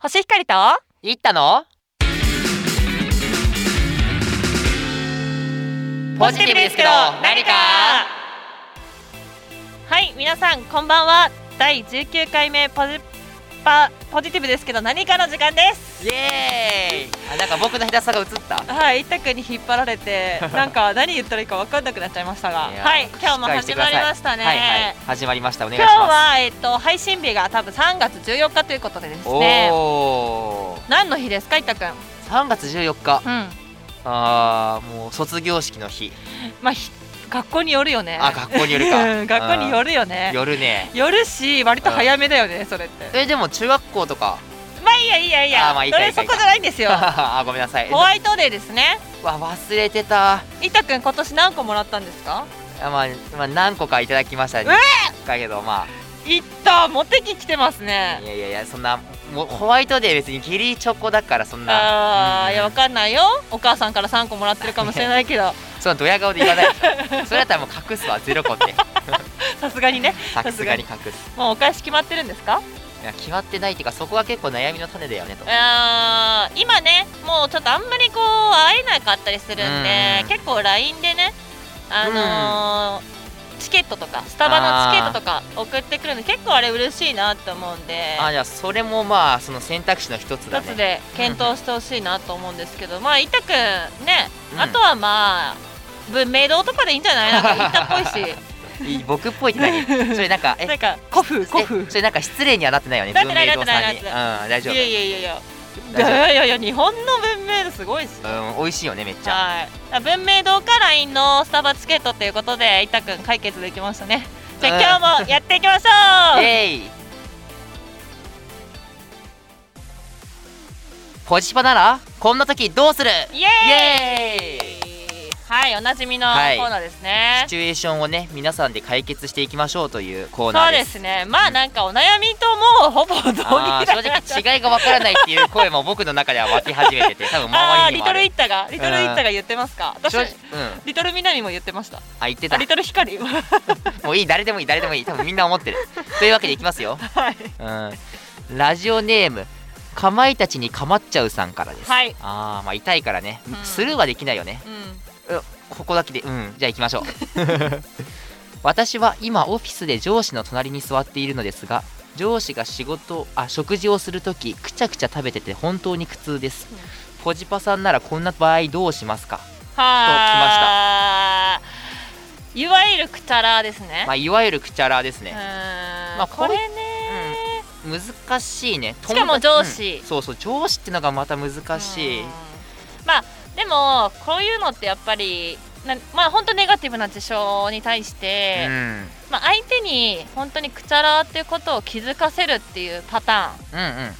星光と行ったのポジティブですけど何かはい皆さんこんばんは第19回目ポジパポジティブですけど何かの時間ですイエーイあなんか僕の下手さが映ったはい一択に引っ張られ てなんか何言ったらいいか分かんなくなっちゃいましたがいやーはい今日もしっかし始てくまださりいましたね、はいはい始まりましたお願いし今ま日すはえっと配信日が多分3月14日ということでですねおお何の日ですか一択3月14日うんあーもう卒業式の日まあひ学校によるよねあ学校によるか うん学校によるよねうんよるねよるし割と早めだよねそれってえでも中学校とかまあいいやいいやいいやあーまあいいそかれいいかそこじゃないん ですよ あごめんなさいホワイトデーですねわ忘れてたいたくん今年何個もらったんですかあまあ、まあ、何個かいただきましたねうわだけどまいったモテ期来てますあいねやいやいやそんなもうホワイトデー別にギリチョコだからそんあなうーんいやわかんないよお母さんから3個もらってるかもしれないけ どそのドヤ顔で 言わないそれだったらもう隠すわゼロ個ってさすがにねさすがに隠すもうお返し決まってるんですかいや決まってないっていうかそこが結構悩みの種だよねとあー今ねもうちょっとあんまりこう会えなかったりするんで、うん結構 LINE でねあのーチケットとかスタバのチケットとか送ってくるの結構あれ嬉しいなって思うんであじゃあそれもまあその選択肢の一つだ一ねつで検討してほしいなと思うんですけど、まあ板くんね、うんあとはまあ文明堂とかでいいんじゃないなん か板っぽいしいい僕っぽいって 何それなんかえなんか古風古え風それなんか失礼にはなってないよねなってない文明堂さんになっうんて大い丈や夫いやいやいやい大丈夫やいやいや日本の文明堂すごいっすようん美味しいよねめっちゃはいだから文明堂か LINE のスタバチケットということで板くん解決できましたねじゃうんあ今日もやっていきましょうイエーイポジパならこんな時どうするイエイエーイはいおなじみのコはいーナーですね、シチュエーションをね皆さんで解決していきましょうというコーナそーうでですすねまあなんかお悩みともうほぼ同義だあー正直違いがわからないっていう声も僕の中では湧き始めてて多分ああ周ーりリにトもあルイるッタがリトルイッタが言ってますか私正直うんリトル南も言ってましたあ言ってあたリトル光 はもういい誰でもいい誰でもいい多分みんな思ってるというわけでいきますよ、いうん、ラジオネームかまいたちにかまっちゃうさんからです、はいああまあ痛いからね、うんスルーはできないよねうんここだけ でうんじゃあ行きましょう 私は今オフィスで上司の隣に座っているのですが上司が仕事あ食事をするときくちゃくちゃ食べてて本当に苦痛です、うんポジパさんならこんな場合どうしますか、はあいわゆるくたらですね、まあ、いわゆるくちゃらですうね、ーん、まあここうれね、難しいねしかも友上達司うんそうそう上司ってのがまた難しい、うんまあでもこういうのってやっぱりなまあ本当ネガティブな事象に対して、うんまあ、相手に本当にくちゃらっていうことを気づかせるっていうパタうんうん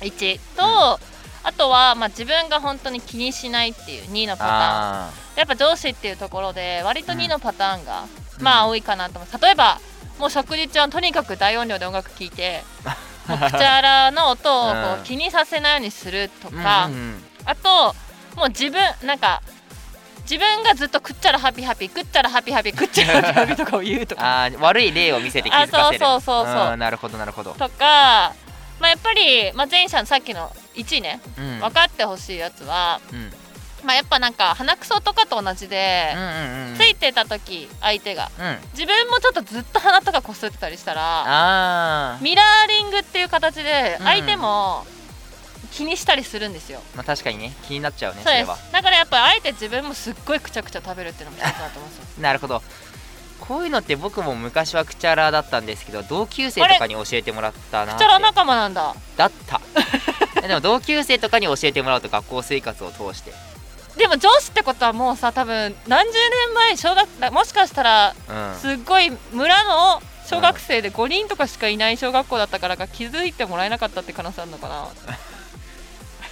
ーン1と、あとは、まあ、自分が本当に気にしないっていう2のパターンあやっぱ上司っていうところで割とうん2のパターンが、うんまあ多いかなと思う例えばもう食事中はとにかく大音量で音楽聴い てもう口らの音をこうんう気にさせないようにするとーか、うんうんあともう自分なんか自分がずっとくっちゃらハピハピくっちゃらハピハピくっちゃらハピハピとかを言うとか あー悪い例を見せて気づかせるあそうそうそうそうんなるほどなるほど、とか、まあ、やっぱり、まあ、前者のさっきの1位ねうん、分かってほしいやつは、うんうんまあ、やっぱなんか鼻くそとかと同じで、うんうんついてた時相手がうん自分もちょっとずっと鼻とかこすってたりしたらあーミラーリングっていう形でうん相手も気にしたりするんですよ、まあ確かにね気になっちゃうねそそうれではすだからやっぱあえて自分もすっごいくちゃくちゃ食べるっていうのも一つだと思うんですよなるほどこういうのって僕も昔はクチャラだったんですけど同級生とかに教えてもらったなくっちてゃら仲間なんだだった でも同級生とかに教えてもらうと学校生活を通してでも上司ってことはもうさ多分何十年前小学もしかしたらうんすっごい村の小学生で5人とかしかいない小学校だったからか気づいてもらえなかったって可能性あるのかな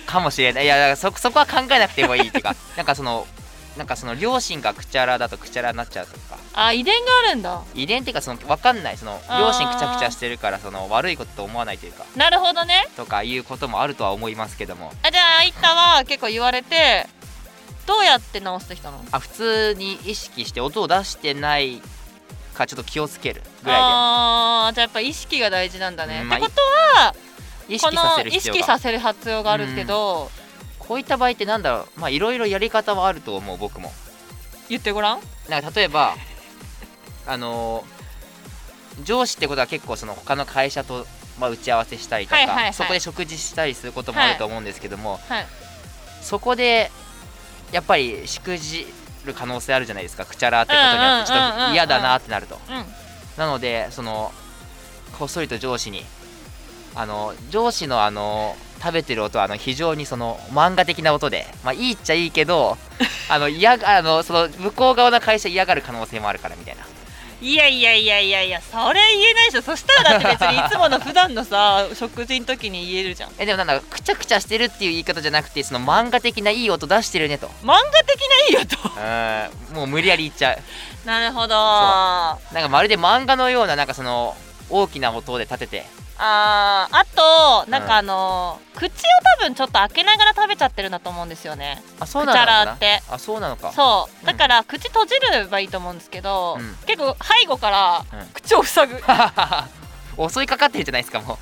かもしれないいやだからそそこは考えなくてもいいっていうか なんかそのなんかその両親がクチャラだとクチャラになっちゃうとかあ遺伝があるんだ遺伝っていうかその分かんないそのあー両親くちゃくちゃしてるからその悪いことと思わないというかなるほどねとかいうこともあるとは思いますけどもあじゃあいったは結構言われてどうやって直してきたのあ普通に意識して音を出してないかちょっと気をつけるぐらいあーじゃあやっぱ意識が大事なんだね、うんまあってことは意こ識さのせる意必要識がさせる必要があるけど、こういった場合ってなんだろうまあいろいろやり方はあると思う僕も言ってごらんなんか例えばあのー上司ってことは結構その他の会社と、まあ、打ち合わせしたりとか、はいはいはいそこで食事したりすることもあると思うんですけども、はいそこでやっぱりしくじる可能性あるじゃないですかくちゃらってことになってちょうんうんうんうんっうんと嫌だなってなるとうんなのでそのこっそりと上司にあの上司のあの食べてる音はあの非常にその漫画的な音で、まあ、いいっちゃいい けどあの嫌があのその向こう側の会社嫌がる可能性もあるからみたいないやいやいやいやいやそれ言えないでしょそしたらだって別にいつもの普段の さ食事の時に言えるじゃんえでもなんだくちゃくちゃしてるっていう言い方じゃなくてその漫画的ないい音出してるねと漫画的ないいよとうんもう無理やり言っちゃうなるほどあそなんかまるで漫画のようななんかその大きな音で立ててあーあとなんかあのー口を多分ちょっと開けながら食べちゃってるんだと思うんですよねあそうなのかくちゃらなってあそうなのかそううんだから口閉じればいいと思うんですけど、うん結構背後からうん口を塞ぐ 襲いかかってるじゃないですかも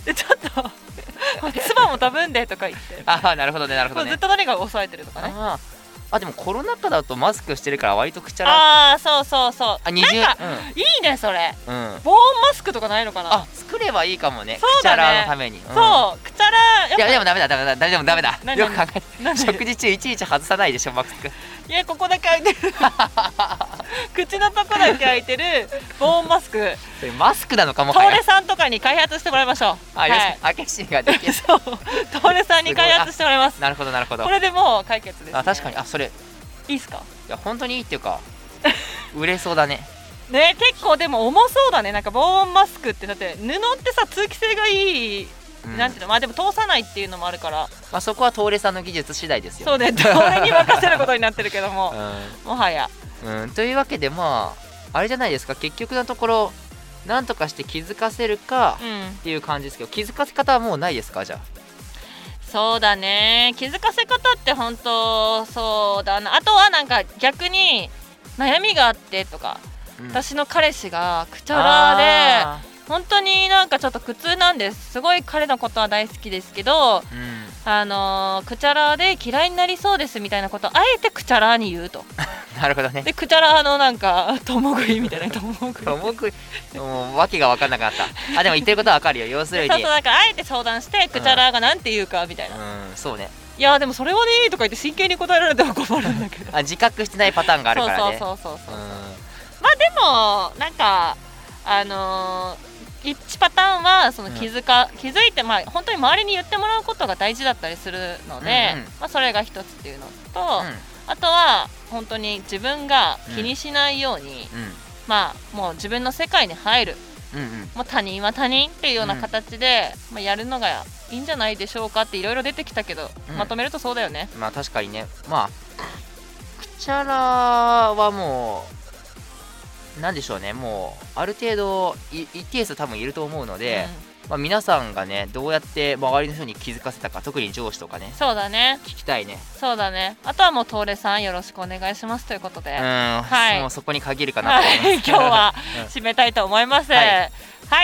うでちょっと 「唾も多分で」とか言ってああなるほどねなるほもどうずっねと何かが抑えてるとかねあーあでもコロナ禍だとマスクしてるから割とくちゃらああそうそうそうあ二重なんか、いいねそれうん、うん、防音マスクとかないのかなあ作ればいいかもねそうくちゃだねらのために、うんそうくちゃらいややっでもダメだダメだダメだダメだ何よく考えてぱなんで食事中いちいち外さないでしょマスクいやここだけ開いて る口のとこだけ開いてる防音マスクそれマスクなのかもトはーやレさんとかに開発してもらいましょうあよしはいあけしができるそうトーレさんに開発してもらいますなるほどなるほどこれでもう解決です、ね、あ確かにあそれいいっすかいや本当にいいっていう か売れそうだねね結構でも重そうだねなんか防音マスクってだって布ってさ通気性がいい、うんなんていうのまあでも通さないっていうのもあるからまあ、そこは東レさんの技術次第ですよそうねそれに任せることになってるけど ももはやうん、うんというわけでまああれじゃないですか結局のところなんとかして気づかせるかうんっていう感じですけど気づかせ方はもうないですかじゃそうだね気づかせ方って本当そうだなあとはなんか逆に悩みがあってとかあ、うん、私の彼氏がくちゃらでで本当になんかちょっと苦痛なんですすごい彼のことは大好きですけどうん、あのー、くちゃらで嫌いになりそうですみたいなことをあえてくちゃらに言うとなるほどねでくちゃらのなんか 共食いみたいな共食いそう僕もう訳が分かんなかったあでも言ってることは分かるよ要すそるうに そうなんかあえて相談してくちゃらがなんて言うかみたいな、いうんそうねやでもそれはねとか言って真剣に答えられても困るんだけどあ自覚してないパターンがあるからねそうそうそうそううんまあでもなんかあのー、1パターンはそのうん気づか、気づいてまあ本当に周りに言ってもらうことが大事だったりするので、うんうんまあ、それが一つっていうのと、うんあとは本当に自分が気にしないように、まあもう自分の世界に入るうんうんうんもう他人は他人っていうような形で、まあ、やるのがいいんじゃないでしょうかっていろいろ出てきたけど、うんまとめるとそうだよね。まあ確かにねまあくちゃらはもうなんでしょうねもうある程度い一定数多分いると思うので、まあ、皆さんがねどうやって周りの人に気づかせたか特に上司とかねうんそうだね聞きたいねそうだねあとはもう東レさんよろしくお願いしますということで、うん、はいもうそこに限るかなと思いま す今日 はうん締めたいと思います。はは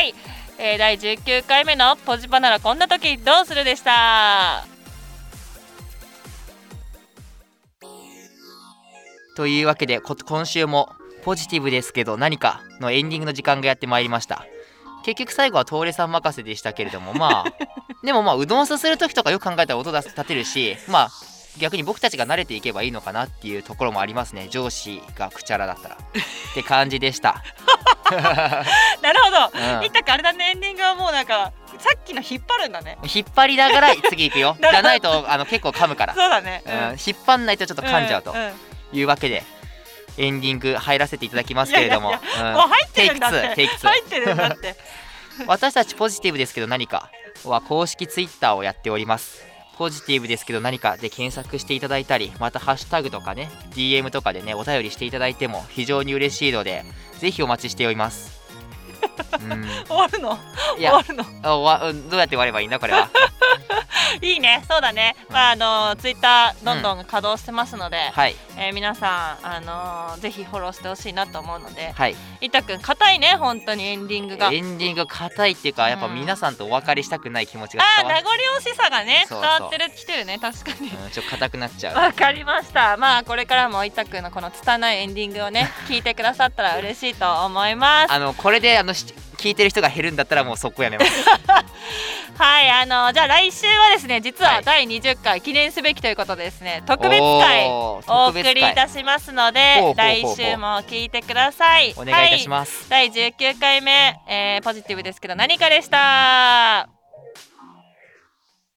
いい、えー第19回目の「ポジパならこんな時どうする?」でした。 というわけでこ今週もポジティブですけど何かのエンディングの時間がやってまいりました結局最後は東レさん任せでしたけれども まあでもまあうどんすする時とかよく考えたら音出す立てるしまあ逆に僕たちが慣れていけばいいのかなっていうところもありますね上司がくちゃらだったらって感じでした、なるほど、うんいったかあれだねエンディングはもうなんかさっきの引っ張るんだね。引っ張りながら次いくよ じなるほどゃないとあの結構噛むから、そうだね。うん引っ張んないとちょっと噛んじゃうんとんいうわけでエンディング入らせていただきますけれどもいやうんもう入ってるんだって。テイク2テイク2入ってるんだ って。私たちポジティブですけど何かは公式ツイッターをやっておりますポジティブですけど何かで検索していただいたりまたハッシュタグとかね DM とかでねお便りしていただいても非常に嬉しいのでぜひお待ちしておりますうん終わるのい終やわるの あわうんどうやって割ればいいんだこれはいいねそうだね、まああのツイッターどんどん稼働してますので、はいえー皆さんあのーぜひフォローしてほしいなと思うのではいいたくん硬いね本当にエンディングがあエンディングが硬いっていうかやっぱ皆さんとお別れしたくない気持ちがあー伝わ名る残惜しさがねそう伝そうわってるきてるね確かにうんちょっと硬くなっちゃうわかりましたまあこれからもいたくんのこの拙いエンディングを ね聞いてくださったら嬉しいと思いますあのこれであのし聞いてる人が減るんだったらもう速攻やめますはいあのじゃあ来週はですね実ははい第20回記念すべきということでですね 特別会おーお特送別りい会たしますのでほうほうほう来週も聞いてくださいお願いいたしはます、第19回目、えーポジティブですけど何かでした